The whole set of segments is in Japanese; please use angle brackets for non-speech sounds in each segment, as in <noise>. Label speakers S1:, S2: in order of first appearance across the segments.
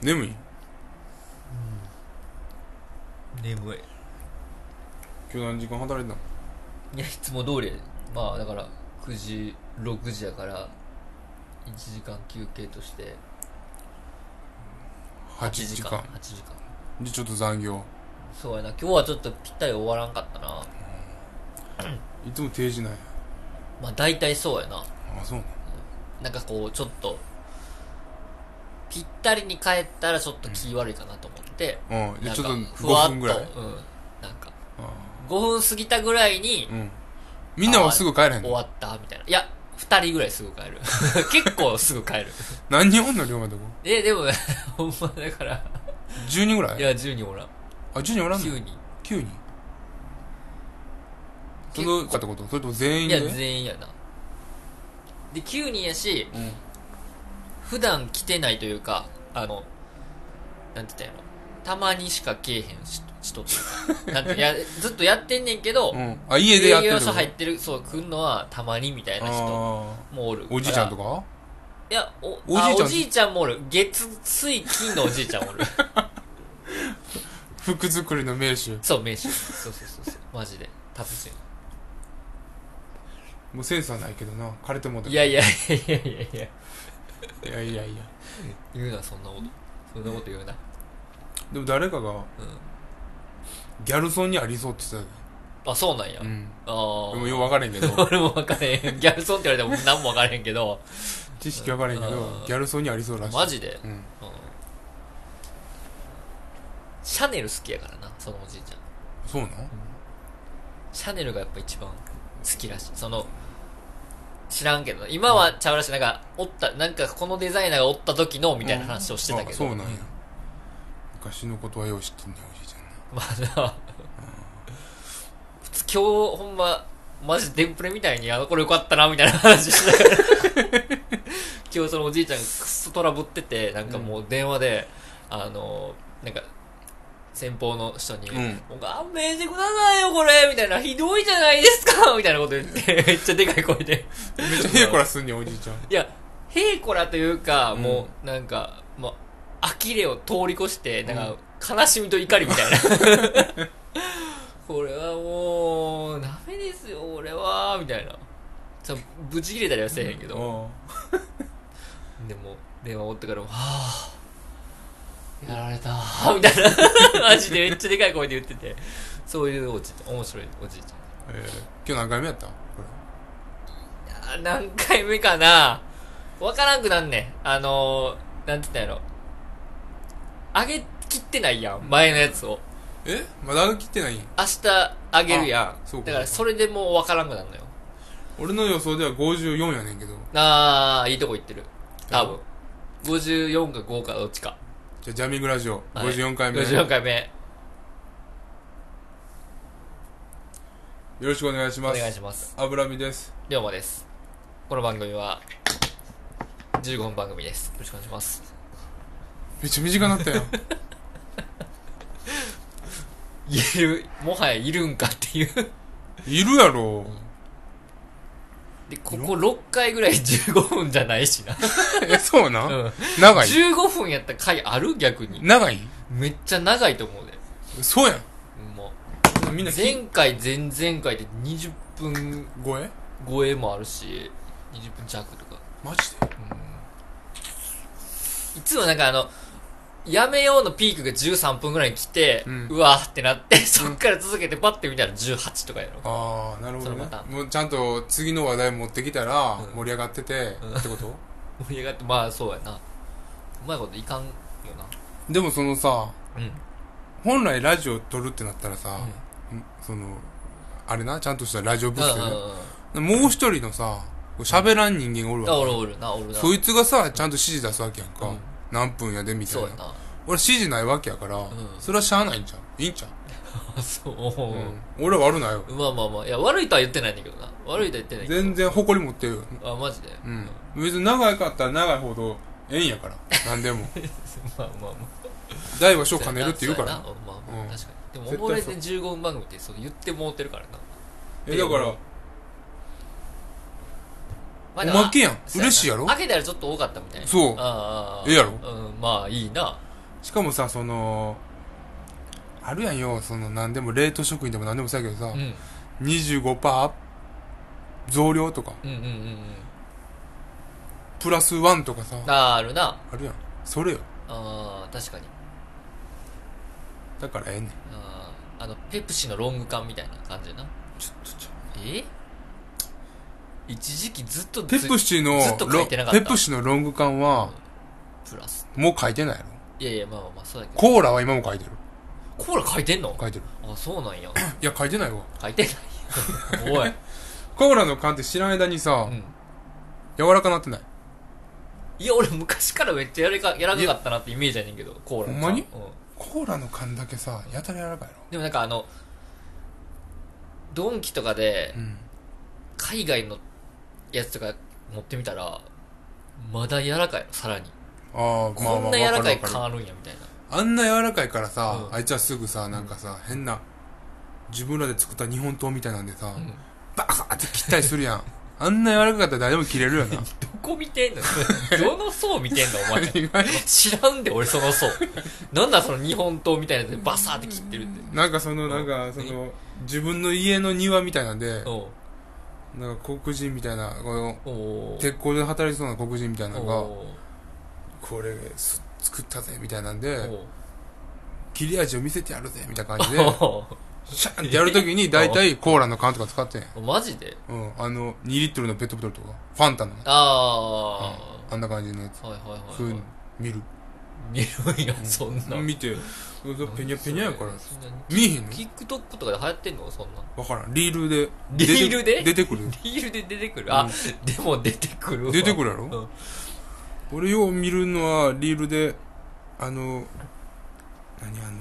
S1: 眠い
S2: 眠い
S1: 今日何時間働いてたの
S2: いやいつも通りやでまあだから9時6時やから1時間休憩として
S1: 8時間
S2: 8時間
S1: でちょっと残業
S2: そうやな今日はちょっとぴったり終わらんかったない
S1: つも定時なんや
S2: まあ大体そうやな
S1: あそう
S2: なんかこうちょっとぴったりに帰ったらちょっと気悪いかなと思って、
S1: なんうんで
S2: なん
S1: ち
S2: か
S1: ょっと
S2: ふわっ
S1: 5分ぐらい
S2: うんなんか
S1: あ
S2: 5分過ぎたぐらいに
S1: ーうんみんなはすぐ帰れへん
S2: 終
S1: の
S2: わったみたいないや2人ぐらいすぐ帰る <laughs> 結構すぐ帰る
S1: 何人おんの龍馬のとこ
S2: えでも <laughs> ほんまだから
S1: 10人ぐら
S2: い
S1: い
S2: や10人おらん
S1: あ10人おらんの
S2: 9人
S1: 9人そのかってことそれとも全員
S2: い
S1: で
S2: や全員やなで9人やし
S1: うん
S2: 普段来てないというかあのなんて言ったんやろたまにしか来えへんし人という
S1: <laughs>
S2: かなんていやずっとやってんねんけど、
S1: うんあ家でやってる
S2: 要
S1: って
S2: 素
S1: こと
S2: 入ってるそう来んのはたまにみたいな人
S1: あ
S2: もおる
S1: ーおじいちゃんと
S2: か
S1: から
S2: いやお
S1: おじいちゃん
S2: あおじいちゃんもおる月水金のおじいちゃんおる <laughs>
S1: 服作りの名手
S2: そう名刺そうそうそうそうマジで達人
S1: もうセンスはないけどな枯れてもうて
S2: い
S1: る
S2: やいやいやいやいや
S1: いやいやいや
S2: 言うなそんなことそんなこと言うな
S1: でも誰かが
S2: うん
S1: ギャルソンにありそうって言って
S2: あそうなんや、
S1: たでうん
S2: ああ
S1: でもよう分からへんけ
S2: <laughs>
S1: ど
S2: 俺も分からへんギャルソンって言われても何も分からへんけど
S1: 知識分からへんけ
S2: う
S1: ど
S2: ん
S1: ギャルソンにありそうらしい
S2: マジで、
S1: うん
S2: うんシャネル好きやからなそのおじいちゃん
S1: そうなん
S2: シャネルがやっぱ一番好きらしいその知らんけど今はちゃうらしいなんかおったなんかこのデザイナーがおった時のみたいな話をしてたけど、
S1: あそうなんや昔のことはよう知ってんねんおじいちゃん
S2: <laughs>
S1: な
S2: まあな普通今日ほんまマジデンプレみたいにあの頃よかったなみたいな話してたから
S1: <laughs>
S2: 今日そのおじいちゃんくっそトラブっててなんかもう電話で、あのなんか先方の人に「
S1: うん
S2: もう勘弁してくださいよこれ」みたいな「ひどいじゃないですか」みたいなこと言ってめっちゃでかい声で
S1: めっちゃヘイコラすんねんおじいちゃん
S2: いやへいこらというか、
S1: うん
S2: もうなんかまあ呆れを通り越してなんか悲しみと怒りみたいな <laughs> これはもうダメですよ俺はみたいなさぶち切れたりはせえへんけど、
S1: う
S2: でも電話おってからも「はあやられた」みたいな <laughs> マジでめっちゃでかい声で言っててそういうおじいちゃん面白いおじいちゃん
S1: んえー今日何回目やったこ
S2: あ <laughs> 何回目かなわからんくなんねん。あのー、なんて言ったんやろ。あげきってないやん、前のやつを。
S1: れえまだ切ってないん
S2: 明日あげるや。
S1: あそうんか
S2: だからそれでもうわからんくなるのよ。
S1: 俺の予想では54やねんけど
S2: あー、いいとこ行ってる。多分。54か5かどっちか。
S1: じゃあジャミングラジオ
S2: はい
S1: 54回目
S2: 54
S1: よ
S2: 回目。
S1: ろしくお願いし
S2: お
S1: ま
S2: 願い
S1: す
S2: します。
S1: 油身です
S2: りょうまです。この番組は、15分番組です。よろしくお願いします。
S1: めっちゃ短なったよ
S2: いる、もはやいるんかっていう。
S1: いるやろ
S2: で、ここ6回ぐらい15分じゃないしな。
S1: えそうな
S2: うん
S1: ん長い
S2: 15分やった回ある逆に。
S1: 長い
S2: めっちゃ長いと思うで。
S1: そうやん
S2: も
S1: みん
S2: う
S1: な。
S2: 前回、前々回で20分
S1: 声
S2: 超えもあるし、20分弱とか。
S1: マジで
S2: いつもなんかあの、やめようのピークが13分ぐらいに来て、う
S1: うん
S2: わーってなって、そっから続けてパッて見たら18とかやろ。
S1: ああなるほどね
S2: そのパター
S1: もうちゃんと次の話題持ってきたら
S2: うん
S1: 盛り上がってて、
S2: うん
S1: ってこと
S2: 盛り上がって、まあそうやな。うまいこといかんよ
S1: でもそのさ
S2: な。うん。
S1: 本来ラジオ撮るってなったらさ、んそのあれなちゃんとしたラジオブースで
S2: うん
S1: ね
S2: うんうん
S1: もう一人のさ喋らん人間がおる
S2: あ、
S1: わ
S2: おるおるな、おる
S1: け
S2: な。
S1: そいつがさちゃんと指示出すわけやんか、
S2: うん
S1: 何分やでみたい
S2: そう
S1: な
S2: やな。
S1: 俺指示ないわけやから、
S2: ん
S1: それはしゃあないんちゃういいんちゃう、
S2: あ、 <laughs> そう。
S1: うん俺は悪ないよ
S2: まあまあまあ、いや、悪いとは言ってないんだけどな。悪いとは言ってないけど。
S1: 全然誇り持ってるよ
S2: あ、マジで。
S1: うん別に長かったら長いほどええんやから何
S2: <laughs>
S1: でも
S2: まあまあまあ。
S1: 大は小兼ねるって言うから
S2: そうやなまあまあ
S1: うん
S2: 確かに。でも、
S1: 絶対そう
S2: おもれで15分番組ってそう言ってもうてるからな。
S1: えだから
S2: まあ
S1: おまけやん
S2: でも
S1: 嬉しいやろ
S2: 開けたらちょっと多かったみたいな。
S1: そう
S2: ああああ
S1: ええやろ
S2: うん、まあいいな。
S1: しかもさ、その、あるやんよ、その、なんでも、冷凍食品でもなんでもそうやけどさ、
S2: うん
S1: 25%増量とか、
S2: うんうんうんうん
S1: プラスワンとかさ、
S2: あーあるな
S1: あるやん。それよ。
S2: あー確かに
S1: だからええねん。
S2: あーあのペプシのロング缶みたいな感じやな
S1: ちょっとちょ
S2: え一時期ずっと
S1: ペプ
S2: シ
S1: シの
S2: ずっと書いてなかった
S1: ペプシのロング缶は、
S2: プラス
S1: もう書いてないやろ。
S2: いやいやまあまあまあそうだけど
S1: コーラは今も書いてる。
S2: コーラ書いてんの
S1: 書いてる。
S2: あそうなんや
S1: いや、書いてないわ。
S2: 書いてないよおい
S1: コーラの缶って知らん間にさ、
S2: うん
S1: 柔らかなってない。
S2: いや俺昔からめっちゃやらかやらかかったなってイメージやねんけどコーラの缶
S1: ほんまに
S2: うん
S1: コーラの缶だけさ、やたら柔らかいや
S2: でもなんかあのドンキとかで
S1: ろ。うん。
S2: 海外のやつとか持ってみたらまだ柔らかいのさらに
S1: ああ、まあ
S2: こ
S1: まあ
S2: んな柔らかい
S1: わるわ
S2: 缶
S1: る
S2: あるんやみたいな
S1: あんな柔らかいからさ、
S2: うん
S1: あいつはすぐさ、なんかさ、変な、自分らで作った日本刀みたいなんでさ、
S2: ん
S1: バカーって切ったりする
S2: <laughs>
S1: やん。あんな柔らかかったら誰でも切れるよな。
S2: どこ見てんの <laughs> どの層見てんのお前
S1: <laughs> 意外に
S2: 知らんで俺その層なんだその日本刀みたいなやつでバサーって切ってるって
S1: なんかその、なんか、その、自分の家の庭みたいなんで、
S2: おう
S1: なんか黒人みたいな、この、
S2: おう
S1: 鉄鋼で働いてそうな黒人みたいなの
S2: お
S1: が、
S2: う
S1: これす作ったぜ、みたいなんで、
S2: おう
S1: 切れ味を見せてやるぜ、みたいな感じで、
S2: お
S1: シャンってやるときに、大体コーラの缶とか使ってん。
S2: う <laughs> マジで
S1: うん、あの、2リットルのペットボトルとか、ファンタのね、
S2: あ
S1: あんな感じのやつ。
S2: あ、はいはい
S1: ふう
S2: はい
S1: に
S2: は
S1: 見る。
S2: い。匂いがそんな。
S1: 見て、ペニャペニャやから。
S2: そんな
S1: 見えへんの
S2: TikTok とかで流行ってんのそんな。
S1: わからん。リールで。
S2: リールで
S1: 出てくる。
S2: リールで出てくる。あ、でも出てくるわ。
S1: 出てくるやろ
S2: うん
S1: 俺よう見るのは、リールで、あの、何あの、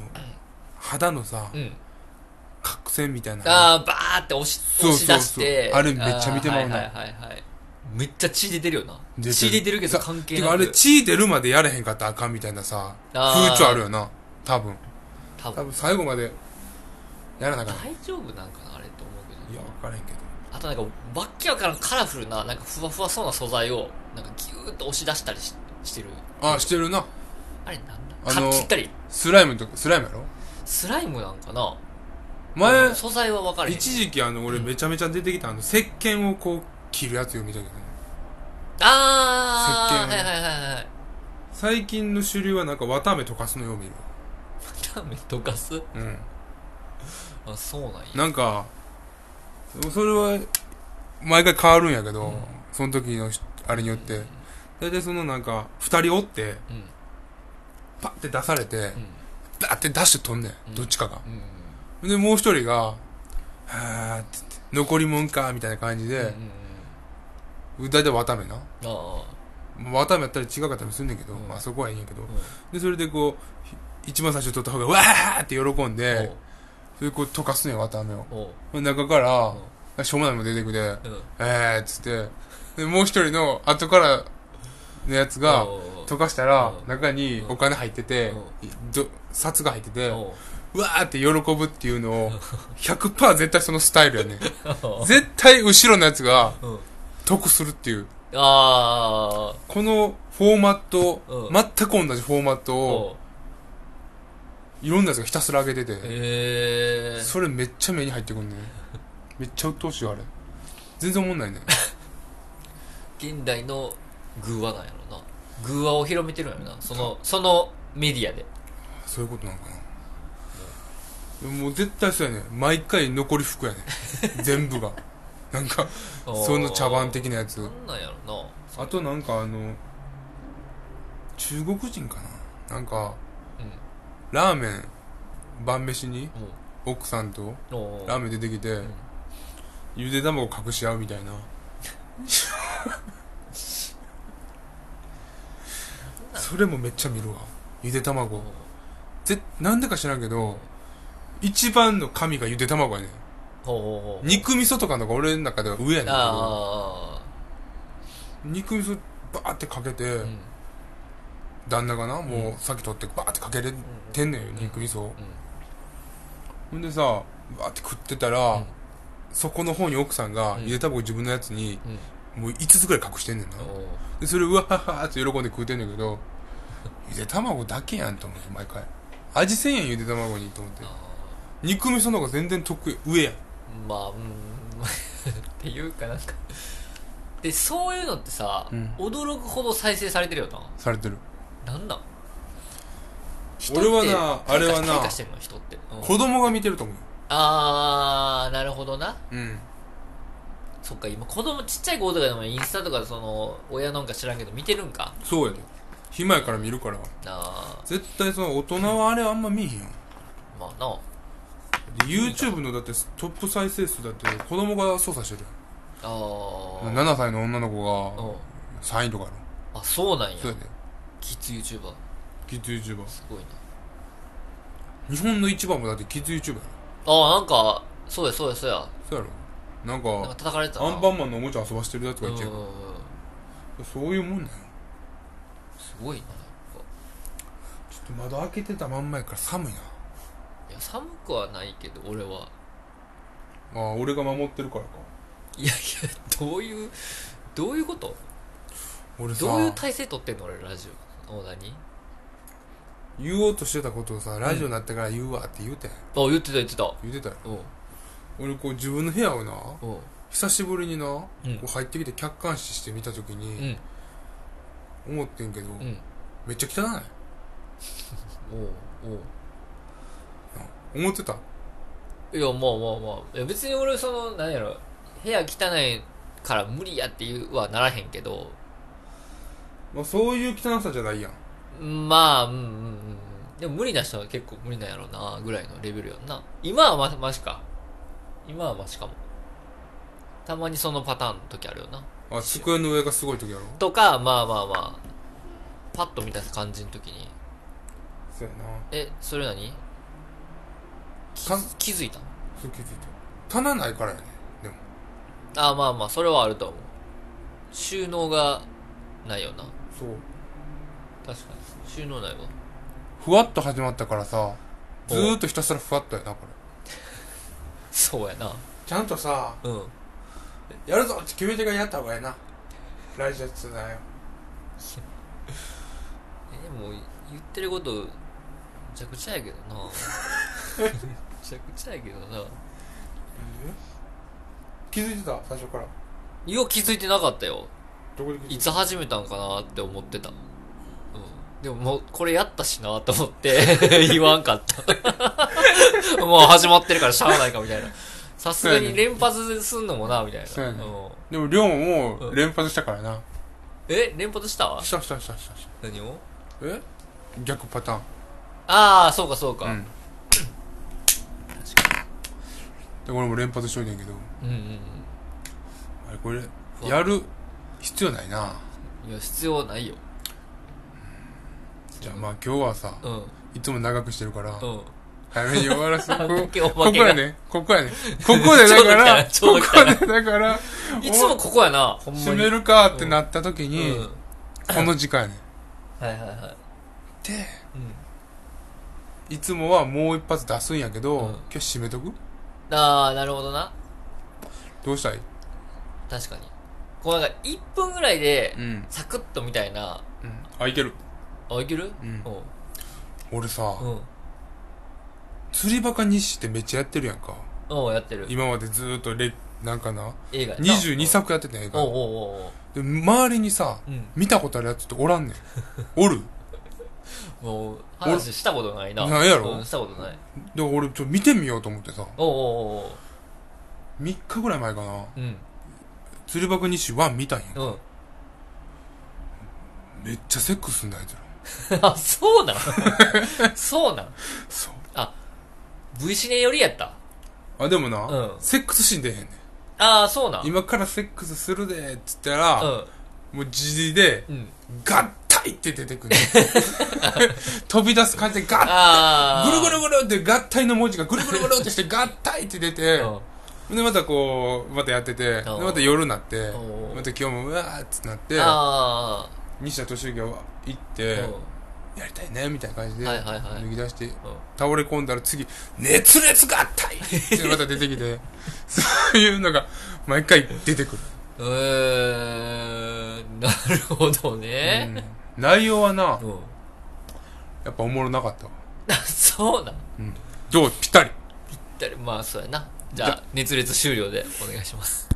S1: 肌のさ
S2: う、ん。
S1: 角栓みたいな。
S2: ああ、バーって押し、
S1: そう
S2: 押
S1: そう
S2: し
S1: そう
S2: 出して。
S1: あれめっちゃ見てまうな
S2: あーはいはいはいはい。めっちゃ血出てるよな。
S1: 出てる
S2: 血出てるけど
S1: さ
S2: 関係
S1: て
S2: な
S1: かあ
S2: く。
S1: れ、血出るまでやれへんかったらあかんみたいなさ、
S2: あー
S1: 風潮あるよな。多分。
S2: 多
S1: 多
S2: 分。
S1: 分最後まで、やらなあかん。
S2: 大丈夫なんかなあれと思うけど。
S1: いや、わからへんけど。
S2: あとなんか、わっけわからんカラフルな、なんかふわふわそうな素材を、なんかギューッと押し出したりししてる。
S1: あ、してるな。
S2: あれなんだ
S1: あ
S2: か
S1: の
S2: 切ったり、
S1: スライムとか、スライムやろ
S2: スライムなんかな
S1: 前、
S2: 素材は分かれへん。
S1: 一時期あの、俺めちゃめちゃ出てきたあの、石鹸をこう、切るやつよ、見たけどね。
S2: あー、
S1: 石
S2: はい
S1: 鹸
S2: はいはいはい。
S1: 最近の主流はなんか、綿目溶かすのよ、見る。
S2: ラーメン溶かす
S1: うん。
S2: あ、そうなんや。
S1: なんか、それは、毎回変わるんやけど、その時のし、あれによって。大体そのなんか、二人おって、
S2: うん。うん。
S1: パッて出されて、バッて出して取んねん。どっちかが。
S2: うん。
S1: で、もう一人が、はーって言って、残りもんか、みたいな感じ
S2: うん
S1: で、。大体綿目な。
S2: ああ。
S1: 綿目やったり違かったりすんねんけど、
S2: うん
S1: まあそこはいいんやけど。
S2: う
S1: で、それでこう、ひ一番最初に取った方が、わーって喜ん
S2: ん。
S1: で、それでこう溶かすねん、綿目を。
S2: おう。おう。
S1: 中から、しょうもないもん出てくで、
S2: うん。
S1: えーっつって、で、もう一人の後からのやつが、
S2: おう
S1: 溶かしたら
S2: う、ん
S1: 中にお金入ってて、ど札が入ってて、
S2: お
S1: う
S2: う
S1: わーって喜ぶっていうのを、100%絶対そのスタイルやね。
S2: おう
S1: 絶対後ろのやつが
S2: うん。
S1: 得するっていう。
S2: あ
S1: このフォーマット、
S2: うん
S1: 全く同じフォーマット
S2: あ。
S1: を、
S2: おう。
S1: いろんなやつがひたすら上げてて、
S2: ええ。
S1: それめっちゃ目に入ってくんね。めっちゃ鬱陶しいよ、あれ。全然思んないね。
S2: 現代の偶話なんやろな。偶話を広めてるんやろな。その、そのメディアで。
S1: そういうことなのかな。もう絶対そうやね。毎回残り服やね。全部が。なんか、
S2: おう
S1: その茶番的なやつ
S2: な。んなんやろな。
S1: あとなんかあの、中国人かななんか、
S2: う
S1: ラーメン、晩飯に
S2: ん。も
S1: 奥さんと
S2: う。おう
S1: ラーメン出てきて、ゆで卵隠し合うみた
S2: <laughs>
S1: いな。それもめっちゃ見るわ。ゆで卵。ぜ、なんでか知らんけど、一番の神がゆで卵やねん。
S2: ほうほうほう。
S1: 肉味噌とかのが俺の中では上やねんけど、
S2: あ
S1: 肉味噌バーってかけて、
S2: あ。うん。
S1: 旦那がな、もうさっき取ってバーってかけれてんねんよ、肉味噌。ほんでさ、バーって食ってたら、
S2: うん
S1: そこの方に奥さんが
S2: うん
S1: ゆで卵自分のやつに、
S2: うん。うん。
S1: もう5つぐらい隠してんねんな。
S2: おう
S1: で、それうわはははって喜んで食うてんねんけど、ゆで卵だけやんと思って毎回味せんやんゆで卵にと思って
S2: あ
S1: 肉味噌の方が全然得意上やん
S2: ーまあうん <laughs> っていうかなんかでそういうのってさ、
S1: うん
S2: 驚くほど再生されてるよ
S1: されてる
S2: ななんなん人
S1: 俺はな
S2: って
S1: あれはな
S2: 退化してるの人って、うん
S1: 子供が見てると思う
S2: あーなるほどな
S1: うん
S2: そっか今子供ちっちゃい子とかでもインスタとかその親なんか知らんけど見てるんか
S1: そうやで暇やから見るから
S2: あ
S1: 絶対その大人はあれあんま見えへんよ
S2: ーまあな
S1: で YouTube のだってトップ再生数だって子供が操作してる
S2: あ
S1: やん
S2: ー
S1: 7歳の女の
S2: う
S1: 子
S2: ん
S1: が3位とかある
S2: あそうなんや
S1: そうやで
S2: キッズ YouTuber
S1: キッズ YouTuber
S2: すごいな
S1: 日本の一番もだってキッズ YouTuber やろ
S2: ああなんかそうやそうやそうや
S1: そうやろなん
S2: なんか
S1: か
S2: 叩かれてたな
S1: アンパンマンのおもちゃ遊ばしてるやつがいて
S2: うんうんうん
S1: そういうもんなんよ
S2: すごいなやっ
S1: ちょっと窓開けてたまんまやから寒いな
S2: ぱいや寒くはないけど俺は
S1: ああ俺が守ってるからか
S2: いやいやどういうどういうこと
S1: 俺さ
S2: どういう体勢取ってんの俺ラジオオーダーに
S1: 言おうとしてたことをさラジオになってから言うわって言うてん
S2: あ言ってた言ってた
S1: 言うてたよ
S2: うん
S1: 俺こう自分の部屋をな
S2: うん
S1: 久しぶりにな、こ
S2: うん
S1: う入ってきて客観視して見た時
S2: う
S1: に
S2: ん
S1: 思ってんけど、
S2: うん
S1: めっちゃ汚い
S2: おうおう
S1: 思ってた
S2: いや、まあまあまあ。いや別に俺、その、なんやろ、部屋汚いから無理やっていうはならへんけど、
S1: まあ、そういう汚さじゃないやん
S2: まあ、うんうんうん。でも無理な人は結構無理なんやろうな、ぐらいのレベルやんな。今はま、マシか。今はマシかも。たまにそのパターンの時あるよな。
S1: あ机の上がすごい時やろ
S2: とか、まあまあまあ、パッと見た感じの時に、
S1: そうやな
S2: え、それ何気
S1: か
S2: 気づいたの
S1: そう気づいた棚ないからやねでも
S2: あまあまあ、それはあると思う。収納がないよな。
S1: そう
S2: 確かに。収納ないわ。
S1: ふわっと始まったからさずーっとひたすらふわっとやなこれ
S2: そうやな。
S1: ちゃんとさ
S2: うん。
S1: やるぞって決め手がやった方がええなラジオっつうなよ
S2: え、でも、言ってること、むちゃくちゃやけどな。むちゃくちゃやけどな。
S1: 気づいてた最初から
S2: いや、気づいてなかったよ。
S1: どこで気づ
S2: い
S1: い
S2: つ
S1: た
S2: 始めたんかなって思ってた。うん。でももう、これやったしなと思って、 <laughs> 言わんかった。 <laughs> もう始まってるからしゃあないかみたいな。さすがに連発すんのもな、みたい
S1: そう
S2: な。
S1: やね
S2: うん
S1: でもりょうも連発したからな
S2: え、連発した
S1: したしたしたしたした
S2: 何を
S1: え逆パターン
S2: ああ、そうかそうか。
S1: うんで俺も連発しといてんけど
S2: うん、うん
S1: あれこれやる必要ないな
S2: うん。いや、必要ないよ。
S1: じゃあまあ今日はさ
S2: うん。うん。
S1: いつも長くしてるから
S2: うん。
S1: 早めに終わらせ
S2: あ
S1: こ
S2: ん <laughs> だけお
S1: こ
S2: ま
S1: こ
S2: けが
S1: やねここやねここでだから
S2: ちょう
S1: こ
S2: ど来たな
S1: こでだから
S2: いつもここやな、ほんまに。
S1: 閉めるかってなった時
S2: うん。
S1: に
S2: はい
S1: この時間やね
S2: はいはい。
S1: で
S2: うん。
S1: いつもはもう一発出すんやけど、
S2: うん
S1: 今日締めとく
S2: ああ、なるほどな。
S1: どうしたい
S2: 確かに。こうなんか、1分ぐらいで
S1: う、ん。
S2: サクッとみたいな、
S1: うん。あ、いける。
S2: あ、いける
S1: うん
S2: おう
S1: 俺さ、
S2: うん。
S1: 釣りバカ日誌ってめっちゃやってるやんか。
S2: おうやってる。
S1: 今までずーっとレ、なんかな、
S2: 映画やな
S1: 22。作やってたやんか
S2: おう。おうおう
S1: で、周りにさ、
S2: おう。うん。
S1: 見たことあるやつっておら
S2: <laughs>
S1: んねん。おる
S2: もう、話したことないな。
S1: ないやろ
S2: うん、したことない。
S1: で、俺ちょっと見てみようと思ってさ、
S2: おうおうおうおう。
S1: 3日ぐらい前かな、
S2: うん。
S1: 釣りバカ日誌1見たんやん。
S2: うん。 <laughs>
S1: めっちゃセックスすんだあいつら。
S2: あ、そ
S1: <laughs>
S2: うなんそうなん
S1: そう。
S2: ?V シネよりやった。
S1: あ、でもな、
S2: うん
S1: セックスシーン出へんねん。
S2: ああ、そうなん
S1: 今からセックスするでーっつったら、
S2: う
S1: もう自で、
S2: ん。うん。
S1: 合体って出て
S2: <laughs>
S1: くる。飛び出す感じで合
S2: ああ。
S1: 体、ぐるぐるぐるって合体の文字がぐるぐるぐるってして合体って出て、
S2: うん。
S1: で、またこう、またやってて、で、
S2: うん
S1: また夜になって
S2: う、ん
S1: また今日もうわーってなって、
S2: あ
S1: 西田敏行が行って、
S2: あ。
S1: やりたいね、みたいな感じで、
S2: はいはいはい
S1: 脱ぎ出して、
S2: うん。
S1: 倒れ込んだら次、熱烈合体ってまた出てき
S2: <laughs>
S1: て、そういうのが毎回出てくる。
S2: うーん、なるほどね。
S1: うん内容はな
S2: う、ん。 <laughs>
S1: やっぱおもろなかったわ
S2: そうなん
S1: どうぴったり
S2: 誰まあそうやなじゃあ熱烈終了でお願いします